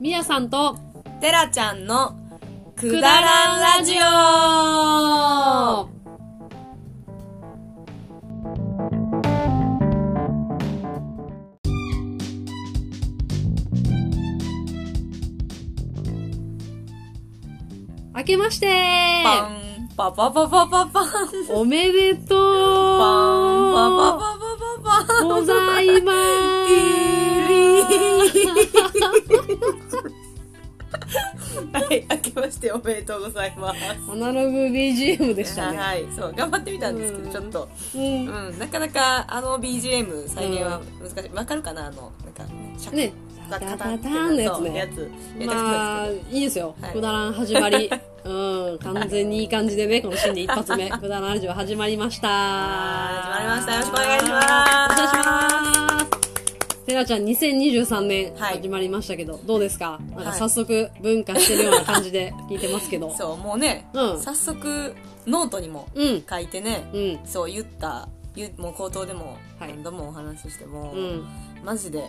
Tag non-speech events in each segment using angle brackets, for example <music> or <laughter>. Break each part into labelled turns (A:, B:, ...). A: みやさんと
B: テラちゃんのく
A: くだ
B: だ
A: らん
B: らんラ
A: ラ
B: ジ
A: ジ
B: オ
A: 明けまして
B: パンパパパパパパンパン
A: おめでとう
B: パパパパパパン
A: ございま
B: はい、明けましておめでとうございます。
A: すアナログ BGM でしたね、
B: はい、そう、頑張ってみたんですけ
A: う
B: ど、
A: ん
B: ちょっと、
A: うん
B: うん、なかなか、あの BGM 再現は難しい。わかるかなあの、なんか、シャッ
A: ね
B: カ
A: タ
B: タ
A: タ
B: タン
A: タ
B: って
A: タ
B: な
A: ンのやつ
B: そうや
A: ね
B: つ。
A: まあ
B: や
A: いいですよ、
B: はい
A: くだらん始ま
B: <laughs>
A: りうん完全にいい感じでねこの新年一発目くだらんラジオ始まりました
B: 始まりましたよろしくお願いします
A: お願いしますてらちゃん2023年
B: はい
A: 始まりましたけど、どうですかなんか
B: はい
A: 早速文化してるような感じで聞いてますけど、
B: <laughs> そう、もうね、
A: うん
B: 早速、ノートにも
A: うん
B: 書いてね、
A: うん
B: そう言った、言うもう口頭でも、
A: はい
B: 何度もお話ししても、
A: うん
B: マジで、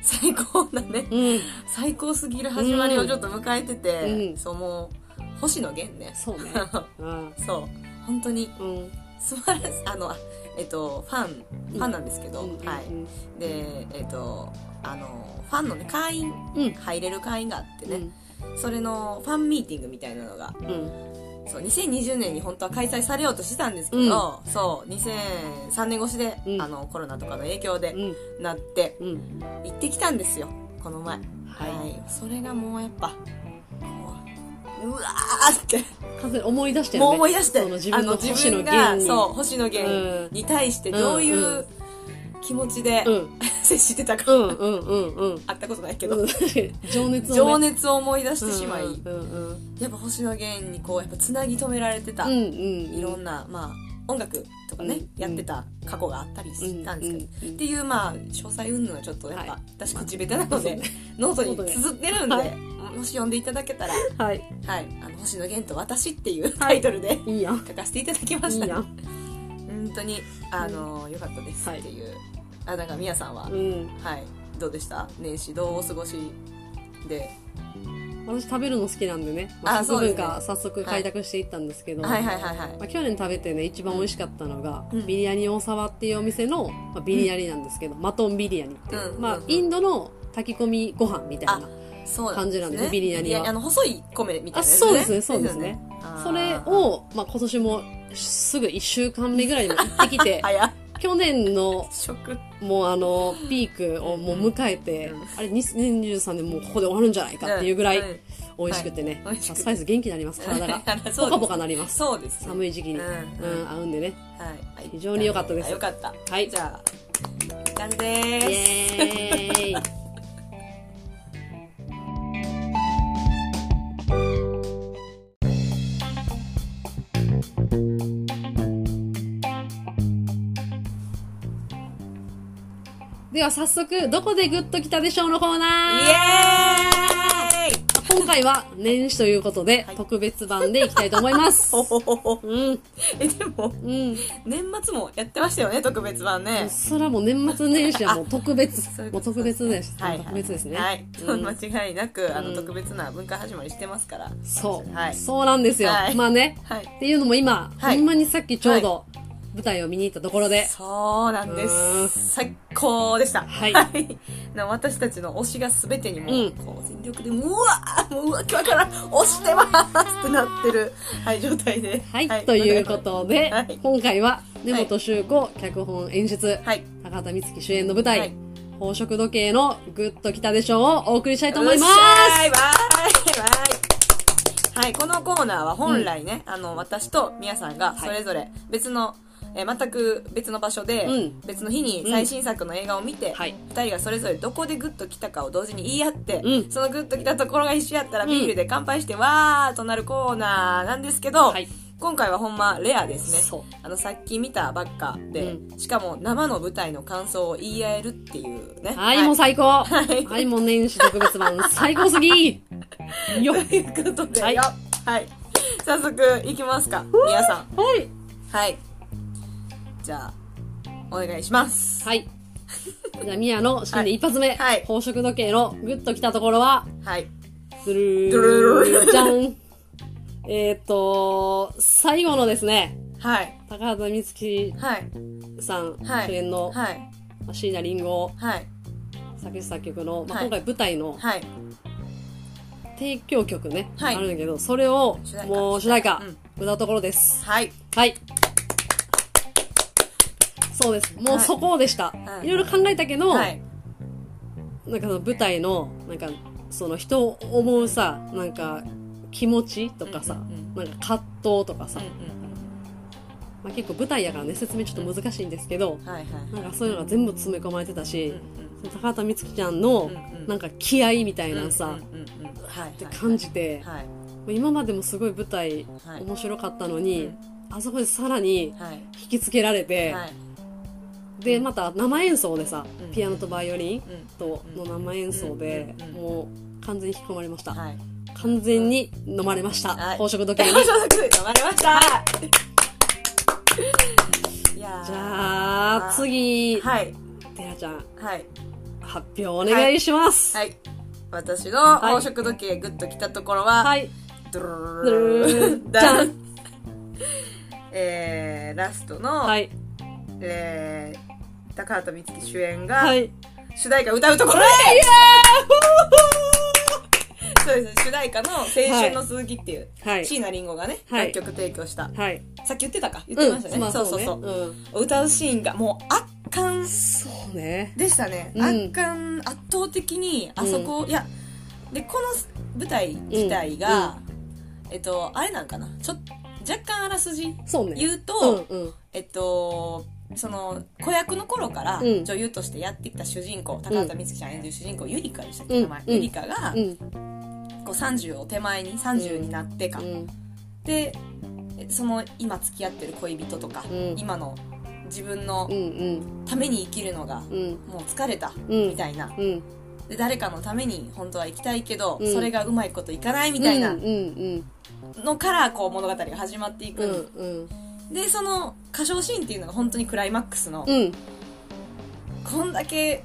B: 最高だね。
A: うん
B: 最高すぎる始まりをちょっと迎えてて、
A: うん
B: そう、もう、星野源ね。
A: そう
B: <laughs>
A: ねうん
B: そう、本当に、
A: うん
B: 素晴らしい、あの、あえっと、ファン、ファンなんですけど、
A: うんうん
B: はい。で、えっと、あの、ファンのね、会員、
A: うん
B: 入れる会員があって
A: う
B: ね、
A: ん
B: それのファンミーティングみたいなのが
A: うん
B: そう2020年に本当は開催されようとしてたんですけど、そう2003年越しで、
A: うん
B: あのコロナとかの影響で
A: うん
B: なって
A: うん
B: 行ってきたんですよこの前は、
A: はいい
B: それがもうやっぱこううわーって、
A: 完全に思い出してるね
B: もう思い出して
A: その自分
B: あ
A: の星野
B: 自分が
A: 源に
B: そう星野源に対してどういうう気持ちで、
A: うん
B: 接してたか、
A: うんうんうんうん
B: あったことないけど、
A: うん <laughs> 情熱を、ね、
B: 情熱を思い出してしまい、
A: うんうん
B: やっぱ星野源にこうやっぱつなぎ止められてた、
A: うんうん
B: いろんな、まあ、音楽とかね、
A: うん
B: やってた過去があったりしたんですけど、
A: うんうんうん
B: っていうまあ詳細云々はちょっとやっぱ、
A: はい
B: 私口下手なので、 <laughs> ノートに綴ってるんで、
A: はい
B: もし読んでいただけたら「
A: はい
B: はい、あの星野源と私」っていうタイトルで、
A: いいやん
B: 書かせていただきま
A: いい
B: した
A: や
B: 本
A: ん
B: 当にあのよかったですっていう、あなんかみやさんは、
A: うん
B: はいどうでした年始どうお過ごしで
A: 私食べるの好きなんでね、ま
B: あ
A: あ、
B: そ
A: 食
B: うです
A: 文
B: ね
A: 化早速開拓していったんですけど、
B: はいはいはいはい
A: まあ、去年食べてね一番美味しかったのが、
B: うん
A: ビリヤニ大沢っていうお店の、まあ、ビリヤニなんですけど、マトンビリヤニっていう、
B: うん
A: ま
B: う
A: あ
B: ん、
A: インドの炊き込みご飯みたいな
B: そう
A: 感じなんですねビリヤニはい
B: やあの細い米みたいなやつ、
A: あそうですねそうですね
B: よあー
A: それを、まあ、今年もすぐ1週間目ぐらいにも行ってき
B: <laughs>
A: て
B: 早っ
A: 去年の
B: 食
A: もうあのピークをもう迎えて、
B: うん
A: あれ2023年もうここで終わるんじゃないかっていうぐらい
B: ん
A: 美味しくてね、
B: はい美味しくて
A: サイズ元気になります体
B: <laughs>
A: が
B: そ
A: ポ
B: う
A: カポカなりま
B: です
A: す
B: そうです
A: 寒い時期に、
B: う
A: うんん合うんでね
B: はい
A: 非常に良かったです
B: あよかった
A: はい
B: じゃあいい感じ
A: イ
B: で
A: エーイでは早速どこでグッときたでしょうのコーナー
B: すイエーイ
A: 今回は年始ということで、
B: はい
A: 特別版でいきたいと思い
B: <laughs>
A: ます。
B: ほほほほ
A: うん、
B: えでも
A: うん。
B: 年末もやってましたよね特別版ね
A: そらもう年末年始はもう特別
B: そういう、
A: も
B: こ
A: う
B: と
A: 特別です。
B: はいはい
A: 特別ですね。
B: はい
A: うん
B: <laughs> 間違いなくあ
A: う
B: の
A: ん
B: 特別な文化始まりしてますから
A: そう、
B: はい
A: そうなんですよ。
B: はい
A: まあね。
B: はい
A: っていうのも今、
B: はい
A: ほんまにさっきちょうど舞台を見に行ったところで、
B: そうなんで
A: うーん
B: す。最高でした。
A: はい
B: な私たちの推しが全てにもう、
A: うん
B: こう全力で、もううわーもううわ、今日から推してますってなってる、はい、状態で。
A: はい、ということで、
B: はい
A: 今回は根本修子、脚本演出、
B: はい。
A: 高畑充希主演の舞台、
B: はい
A: 宝飾時計のグッときたでしょうをお送りしたいと思います
B: よっしゃーいわーいわーいはい、このコーナーは本来ね、あの、私とみやさんが
A: はい
B: それぞれ別の、えー全く別の場所で、
A: うん
B: 別の日に最新作の映画を見て、
A: はい
B: 二人がそれぞれどこでグッと来たかを同時に言い合って、
A: うん
B: そのグッと来たところが一緒やったらビールで乾杯して、わーとなるコーナーなんですけど、
A: はい
B: 今回はほんまレアですね。
A: そう
B: あの、さっき見たばっかで、
A: う
B: しかも生の舞台の感想を言い合えるっていうね。
A: はい、もう最高。
B: い
A: はい、もう年始特別版、最高すぎよ
B: ということで、は
A: はいい、
B: はい、早速いきますか皆さん
A: はい。
B: はいじゃあお願いします
A: はい。じゃあ、ミヤの新年一発目、
B: はい
A: 宝飾時計のグッときたところは、
B: はい
A: ドゥルールじゃん。えっと、最後のですね、
B: はい。
A: 高畑充希
B: はい。
A: さん
B: はい
A: 主演の
B: はい。
A: 椎名林檎
B: はい。
A: 作詞作曲の、まあ、
B: はい
A: 今回舞台の
B: はい。
A: 提供曲ね、
B: はい
A: あるんだけど、それを
B: 主題歌
A: もう主題歌
B: うん、
A: 歌うところです。
B: はい。
A: はい。そうです。もう
B: はい
A: そこでした。
B: はい
A: いろいろ考えたけど、
B: はい。
A: なんかその舞台の、なんか、その人を思うさ、なんか、気持ちとかさ、
B: うんうん
A: なんか葛藤とかさ、まあ、結構舞台やからね、説明ちょっと難しいんですけど、
B: はい。はい。
A: なんかそういうのが全部詰め込まれてた
B: うん
A: し、
B: うん
A: 高畑充希ちゃんの
B: うんうん
A: なんか気合みたいなの
B: うん
A: さ、
B: うんうんうんはい。
A: って感じて、
B: はい。
A: 今までもすごい舞台
B: はい
A: 面白かったのに、
B: うん
A: あそこでさらに
B: はい。
A: 引きつけられて、
B: はい。
A: でまた生演奏でさ、
B: うん
A: ピアノとバイオリン
B: うん
A: との生演奏で、
B: うんうんうん
A: もう完全に引き込まれました、
B: はい。
A: 完全に飲まれました、
B: はい
A: 宝飾
B: <laughs>
A: 時計に
B: 飲まれました。いやー
A: じゃあ次、
B: はい。
A: てらちゃん
B: はい。
A: 発表お願いします
B: はい。私の宝飾時計グッと来たところは、
A: はい、
B: ドゥル
A: ド
B: ルルル
A: ゥ
B: ルル
A: ル
B: ル
A: ーじゃん
B: <laughs> えー、ラストの、
A: はい
B: えー、高畑充希主演が、
A: はいイエー
B: 主題歌歌うところです <laughs> そうですね主題歌の「青春の鈴木」っていう、
A: はい
B: 椎名林檎がね、
A: はい
B: 楽曲提供した
A: フはい
B: さっき言ってたか言ってましたね,、
A: まあ
B: そうそうそう、
A: ね
B: 歌うシーンがもう圧巻
A: そうね
B: でしたね、
A: うん
B: 圧巻圧倒的にあそこ、いやでこの舞台自体が、えっとあれなんかなちょ若干あらすじ
A: そうね
B: 言うと、
A: うんうん
B: えっとその子役の頃から
A: うん
B: 女優としてやってきた主人公、高畑充希ちゃん演じる主人公ゆりかでしたっけ、
A: うん
B: 名前
A: うん
B: ゆりかが、
A: うん
B: こう30を手前に30になってか、
A: うん
B: でえその今付き合ってる恋人とか、
A: うん
B: 今の自分の
A: うん
B: ために生きるのが
A: うんうん
B: もう疲れた
A: うん
B: みたいな
A: うん
B: で誰かのために本当は行きたいけど、
A: うん
B: それがうまいこといかないみたい
A: う
B: な
A: んうん
B: のからこう物語が始まっていく
A: うん
B: ん
A: うん
B: で
A: うん
B: でその歌唱シーンっていうのが本当にクライマックスの、
A: うん
B: こんだけ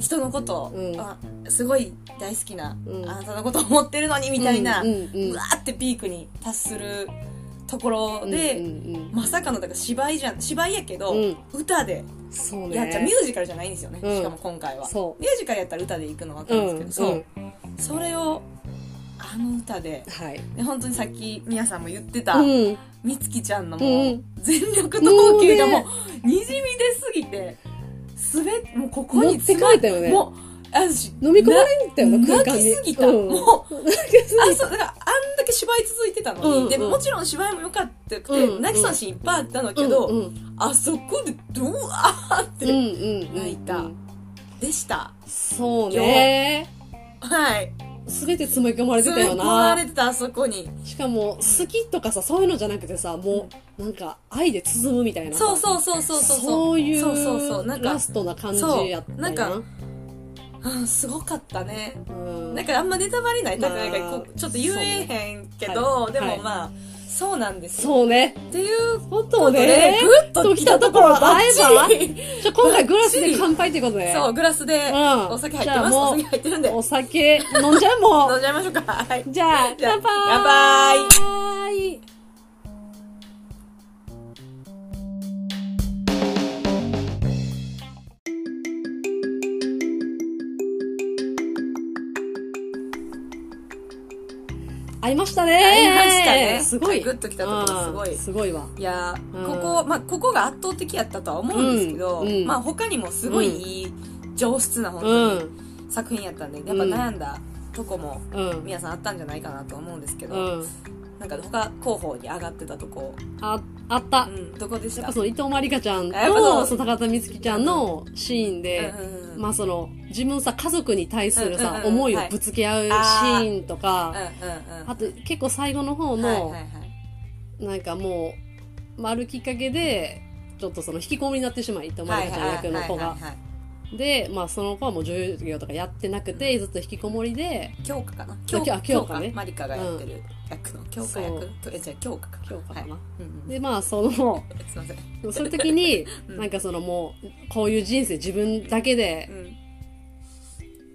B: 人のことを、
A: うん
B: あすごい大好きな、
A: うん
B: あなたのことを思ってるのにみたいな、
A: う
B: うん
A: うんうん
B: わーってピークに達するところで、
A: うんうん
B: まさかのだから芝居じゃん芝居やけど、
A: うん
B: 歌で
A: うん、そうね
B: やっちゃうミュージカルじゃないんですよね、
A: うん
B: しかも今回は
A: そう
B: ミュージカルやったら歌で行くの分かるんですけど、
A: うんうん
B: そうそれをあの歌で
A: はい
B: で本当にさっきみやさんも言ってた、
A: うん
B: みつきちゃんのも
A: う
B: うん全力投球がもうにじみ出すぎてすべもうここに詰ま
A: 持ってかれたよね
B: もう私
A: 飲み込まれたよな
B: な
A: 空間に
B: 泣きすぎた
A: うん
B: もう
A: 泣きす
B: あ
A: ぎ
B: そうだからあんだけ芝居続いてたのに、
A: うん
B: で
A: うん
B: もちろん芝居も良かったくて、
A: うん
B: 泣きそうなシーンいっぱいあったんだ
A: た
B: けど、
A: うんうん
B: あそこでドワーって、
A: うんうん
B: 泣いたでした
A: そうね
B: はい
A: 全て詰め込まれてた
B: 詰
A: よ
B: め込ま
A: な
B: れてたあそこに
A: しかも好きとかさそういうのじゃなくてさもうなんか愛で包むみたいな
B: そ
A: う
B: うそうそうそうそう
A: そういう
B: そうそうそうなんか
A: ラストな感じやったよ
B: そうなんかうんすごかったね
A: うん
B: なんかあんまネタバレない
A: ま
B: だ
A: あ
B: からなんかこうちょっと言えへんけ
A: そう
B: ど、
A: ね
B: で
A: はい
B: もまあ、そうなんですよ
A: そうね
B: っていう
A: こと
B: で
A: で
B: グッと
A: と
B: き
A: 来
B: た
A: たと
B: とこ
A: こ
B: ろ
A: ろ
B: ば
A: ばっ
B: っち
A: ち
B: り
A: じゃあ今回グラスで乾杯ってことで
B: <laughs> そうグラスで
A: うん
B: お酒入っ
A: じ
B: て
A: ゃあ
B: ます、
A: もう
B: お酒入ってるんで
A: お
B: 飲
A: 酒飲んじゃう
B: <laughs>
A: もん
B: んじゃいましょうかはい
A: じゃあ、
B: じゃあ
A: 乾杯乾杯会いましたね
B: 会いましたね
A: すごい。
B: グッときたところすごい
A: うんすごいわ。
B: いや
A: うん
B: ーここ、まあ、ここが圧倒的やったとは思うんですけど、
A: うんうん
B: まあ、他にもすごいいい上質な本
A: う
B: 当に
A: ん。
B: 作品やったんで、やっぱ悩んだとこも
A: うん。
B: 皆さんあったんじゃないかなと思うんですけ
A: う
B: ど、
A: ん。
B: なんか他候補に上がってたとこ、
A: あ、あった
B: う。ん、どこでし
A: やったぱその伊藤まりかちゃん
B: あやっぱそ
A: と、
B: う
A: その高田美月ちゃんのシーンで、
B: うんうん
A: まあその、自分さ、家族に対する
B: うんう
A: さ
B: ん、うん
A: 思いを
B: はい
A: ぶつけ合うシーンと
B: うん
A: か、
B: うんうん
A: あと結構最後の方の
B: はい、はいはい
A: なんかもう、まああるきっかけで、ちょっとその引きこもりになってしまう、伊藤まりかちゃん役の子が
B: はい。はいはいはい
A: で、まあその子はもう女優業とかやってなくて、ずっと引きこもりで、
B: 京香かな
A: 京香京香ね
B: マリカがやってる役の京香
A: そう
B: 役とえじゃあ京香か
A: 京香かな
B: はいうんうん
A: でまあその、
B: すいません
A: そういう時に、
B: うん
A: なんかそのもう、こういう人生自分だけで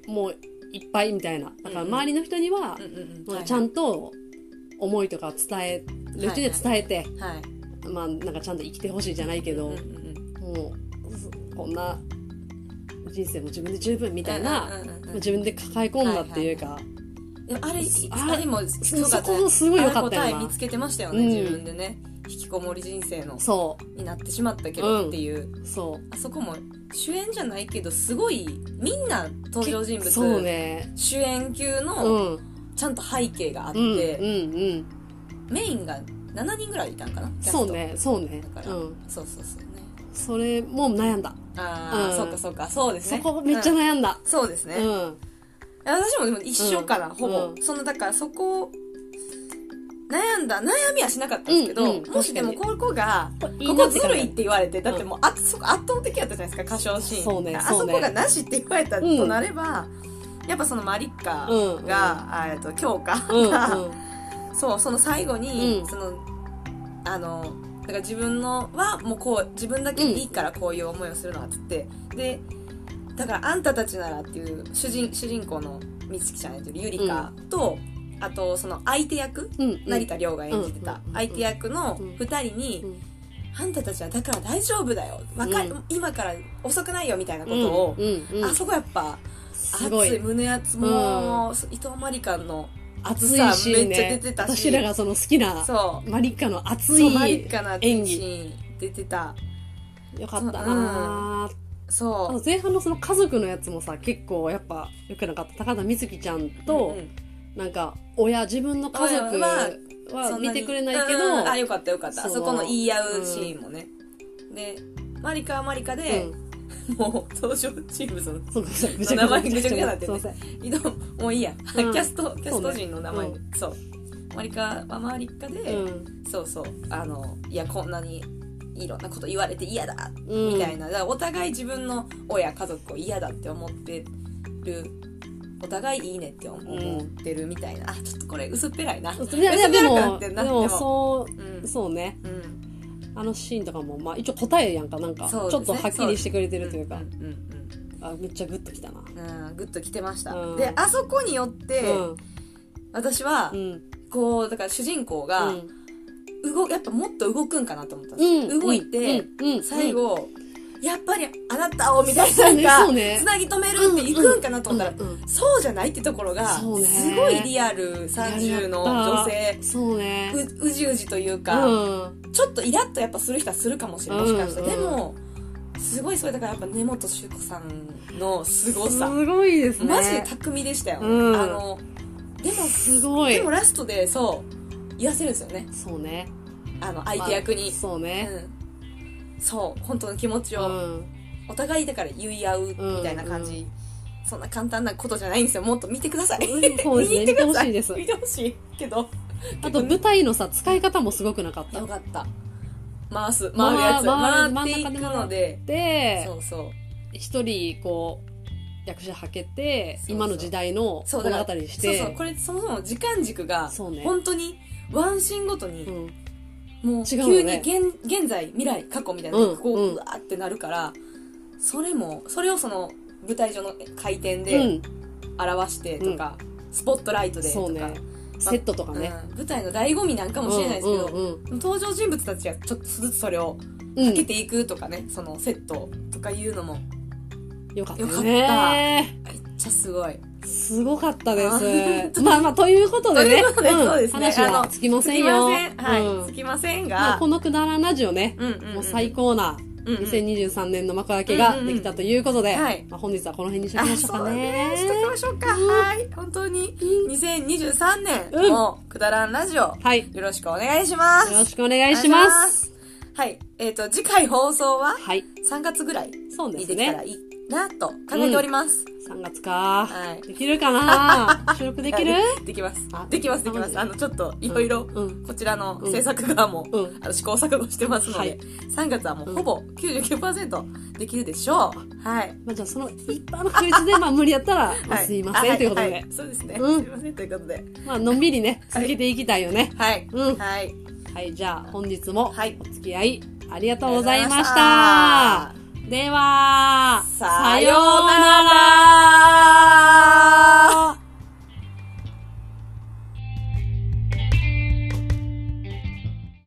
B: うん
A: もういっぱいみたいな。だから
B: うんうん
A: 周りの人には、
B: うん
A: まあ、ちゃんと思いとかを伝える人には伝えて、
B: とはい
A: まあなんかちゃんと生きてほしいじゃないけど、
B: うんうん
A: もうそこんな人生も自分で十分みたいな、
B: うんうんう
A: ま
B: んう
A: あ
B: ん
A: 自分で抱え込んだっていうか、
B: でもあれ
A: あ
B: あれもすご
A: そ
B: かったね
A: こもすごい良かったよ
B: あ
A: な
B: れ答え見つけてましたよね、
A: うん
B: 自分でね引きこもり人生の
A: そ
B: になってしまったけどっていう、
A: うそ
B: あそこも主演じゃないけどすごいみんな
A: う
B: 登場人物、
A: そうね
B: 主演級
A: うん
B: のちゃんと背景があっ
A: う
B: て、
A: んうんうん
B: メインが7人ぐらいいたんかなキャスト
A: そうねそうね
B: だか
A: う
B: ら、
A: ん
B: そうそうそうね
A: それも悩んだ、
B: あ
A: う
B: あ、
A: ん
B: そうかそうかそうです
A: そ
B: ね
A: こめっちゃ
B: うん
A: 悩んだ、
B: そうですね、
A: うん、
B: 私もでも一緒かな、
A: うん
B: ほぼ、
A: うん
B: そのだからそこ悩んだ悩みはしなかったんですけど、
A: うんうん
B: もしでも
A: 確か
B: ここが
A: いい
B: こ
A: な
B: こ
A: って
B: ず
A: 感じ
B: るいって言われてだってもうあそこ圧倒的やったじゃないですか歌唱シーン
A: そうね
B: あ
A: そう
B: そ
A: ね
B: こがなしって言われたとなれば、やっぱそのマリッカ
A: うんうん
B: が、えっと強化
A: うんうん
B: が、 <laughs> そうその最後に、
A: うん
B: そのあのだから自分のはもうこう自分だけでいいからこういう思いをするのはっつって、でだからあんたたちならっていう主人主人公の美月ちゃん演じるゆりかと、あとその相手役
A: うんうん
B: 成田凌が演じてた
A: うん
B: 相手役の
A: うん
B: 2人に、
A: うん
B: あんたたちはだから大丈夫だよわかる、
A: うん
B: 今から遅くないよみたいなことを
A: う、んうんうん
B: あそこやっぱ
A: すご
B: 熱い
A: い
B: 胸熱もう、伊藤真理香の
A: 熱いシーン
B: めっちゃ出
A: ね
B: てたし
A: 私らがその好きな
B: そう
A: マリッカの熱
B: そう
A: い
B: マリッカの
A: 演
B: シ
A: 技
B: ーン出てた
A: よかったなーあ
B: そ
A: の前半のその家族のやつもさ結構やっぱ良くなかった高田瑞希ちゃん
B: う
A: と、
B: うんうん
A: なんか親自分の家族は
B: そんな
A: 見
B: に
A: てくれないけど、
B: うんうんあよかったよかった
A: そう
B: そこの言い合うシーンもね、でマリカはマリカで、
A: うん
B: もう登場人物の
A: そうそうぐ
B: 名前ぐちゃぐちゃになって
A: すい
B: る
A: ま
B: ね
A: せん
B: 移動もういいや、
A: うん
B: キャストキャ
A: そ
B: ス
A: うね
B: ト陣の名前
A: う
B: そう,、マリカはマリカで、
A: うん
B: そうそうあのいやこんなにいろんなこと言われて嫌だ
A: うん
B: みたいな、だからお互い自分の親家族を嫌だって思ってるお互いいいねって思
A: うん
B: ってるみたいな、あちょっとこれ薄っぺらいな、うん
A: いやいやで
B: 別に悪くな
A: も
B: って
A: で
B: んな
A: も
B: でも
A: そううんそうね
B: うん、
A: あのシーンとかも、まあ、一応答えやんかなんか、
B: そう
A: ち
B: です
A: ょっ
B: ね
A: とはっきりしてくれてるという
B: う
A: か
B: んうん
A: あめっちゃグッときたな、
B: うんうんグッときてました、
A: うん
B: であそこによって、
A: うん
B: 私は
A: うん
B: こうだから主人公が動やっぱもっと動くんかなと思ったんです、
A: うん
B: 動いて、
A: うんうん
B: 最後、やっぱりあなたをみたい
A: そう
B: な
A: ね
B: なん
A: そ
B: か、
A: うね
B: つなぎ止めるっていくんかなと思ったら、
A: うんうん
B: そうじゃないってところが、
A: そうね
B: すごいリアル30の女性、
A: そうね
B: ううじうじというか、
A: うん
B: ちょっとイラッとやっぱする人はするかもしれない。もしかしたら。
A: うんうん
B: でも、すごいそれだからやっぱ根本修子さんの凄さ、
A: すごいですね
B: マジで巧みでしたよ。
A: うん
B: あの、でも、
A: すごい
B: でもラストでそう、言わせるんですよね。
A: そうね
B: あの、相手役に。
A: まあそうね
B: うんそう、本当の気持ち
A: う
B: を。
A: ん
B: お互いだから言い合うみたいな感
A: うん
B: じ、そんな簡単なことじゃないんですよもっと見てください、
A: そうですね
B: <laughs> 見に行ってください
A: 見てほしいです
B: 見てほしいけ
A: <laughs>
B: ど
A: あと舞台のさ使い方もすごくなかった
B: よかった回す回るやつ、
A: まあ
B: 回ってい
A: 真ん中
B: く
A: で回
B: の
A: っ
B: で
A: で
B: そうそう
A: 一人こう役者はけて
B: そうそう
A: 今の時代の
B: そう
A: 物語にし
B: そう
A: て
B: そうこれそもそも時間軸が
A: そうね
B: 本当にワンシーンごとに、
A: うん
B: もう
A: 違う
B: 急
A: よ
B: に
A: ね
B: 現,、現在未来過去みたいな、
A: うん
B: こ
A: う
B: うんうわーってなるからそれもそれをその舞台上の回転
A: う
B: で
A: ん
B: 表してとか、スポットライトで
A: そ
B: と
A: う
B: か
A: ね、セットとかね
B: うん舞台の醍醐味なん
A: か
B: かもしれないですけど、
A: うん
B: 登場人物たちがちょっとずつそれを
A: うんう
B: かけ
A: ん
B: ていくとかね、そのセットとかいうのも
A: よかったね
B: めっちゃすごい。
A: すごかった
B: あ
A: で
B: 本
A: すまあまあということでね
B: ということで
A: ん
B: そうですね
A: 話はつきま
B: つ
A: せん
B: き
A: よ
B: ません。はい。
A: うん
B: つきませんが、
A: まあこのくだらんラジオね
B: うんうん、うん。
A: もう最高な
B: うんうん。
A: 2023年の幕開けができたということで、
B: うんうんうんはい
A: まあ、本日はこの辺にしと
B: あ
A: きましょう
B: そ
A: か
B: う
A: ね
B: ね。しときましょうか。はい。本当に、
A: う
B: 2023
A: ん
B: 年もくだらんラジオ、
A: はい。よ
B: よろしくお願いします。
A: ろしくお願いします。
B: はい。えっ、と、次回放送は
A: はい。
B: 3月ぐらい
A: そうで
B: に
A: す
B: できたら
A: ね。
B: いいなと考えております。
A: 3月か。
B: はい
A: できるか
B: <laughs>
A: な収録できる
B: できます
A: あ。
B: できます、でき
A: マ
B: ま
A: ジ
B: す。
A: で
B: あの、ちょっと、いろいろ
A: うんうん、
B: こちらの制作側も、
A: うん。
B: あの、試行錯誤してますの
A: はい
B: で、3月はも
A: う
B: うんほぼ99%できるでしょう。はい。
A: まあ、じゃあその一般の確率で、まあ無理やったら、まあ
B: はい
A: すいま
B: あ
A: せん、
B: は
A: ということで、
B: はそうですね。
A: うん
B: すいません、ということで。
A: まあのんびりね、続けていきたいよね。
B: はい。
A: うん
B: はい。
A: はい、じゃあ本日も
B: はい
A: お付き合いありがとうございました。
B: ありがとうございま
A: では、
B: さようなら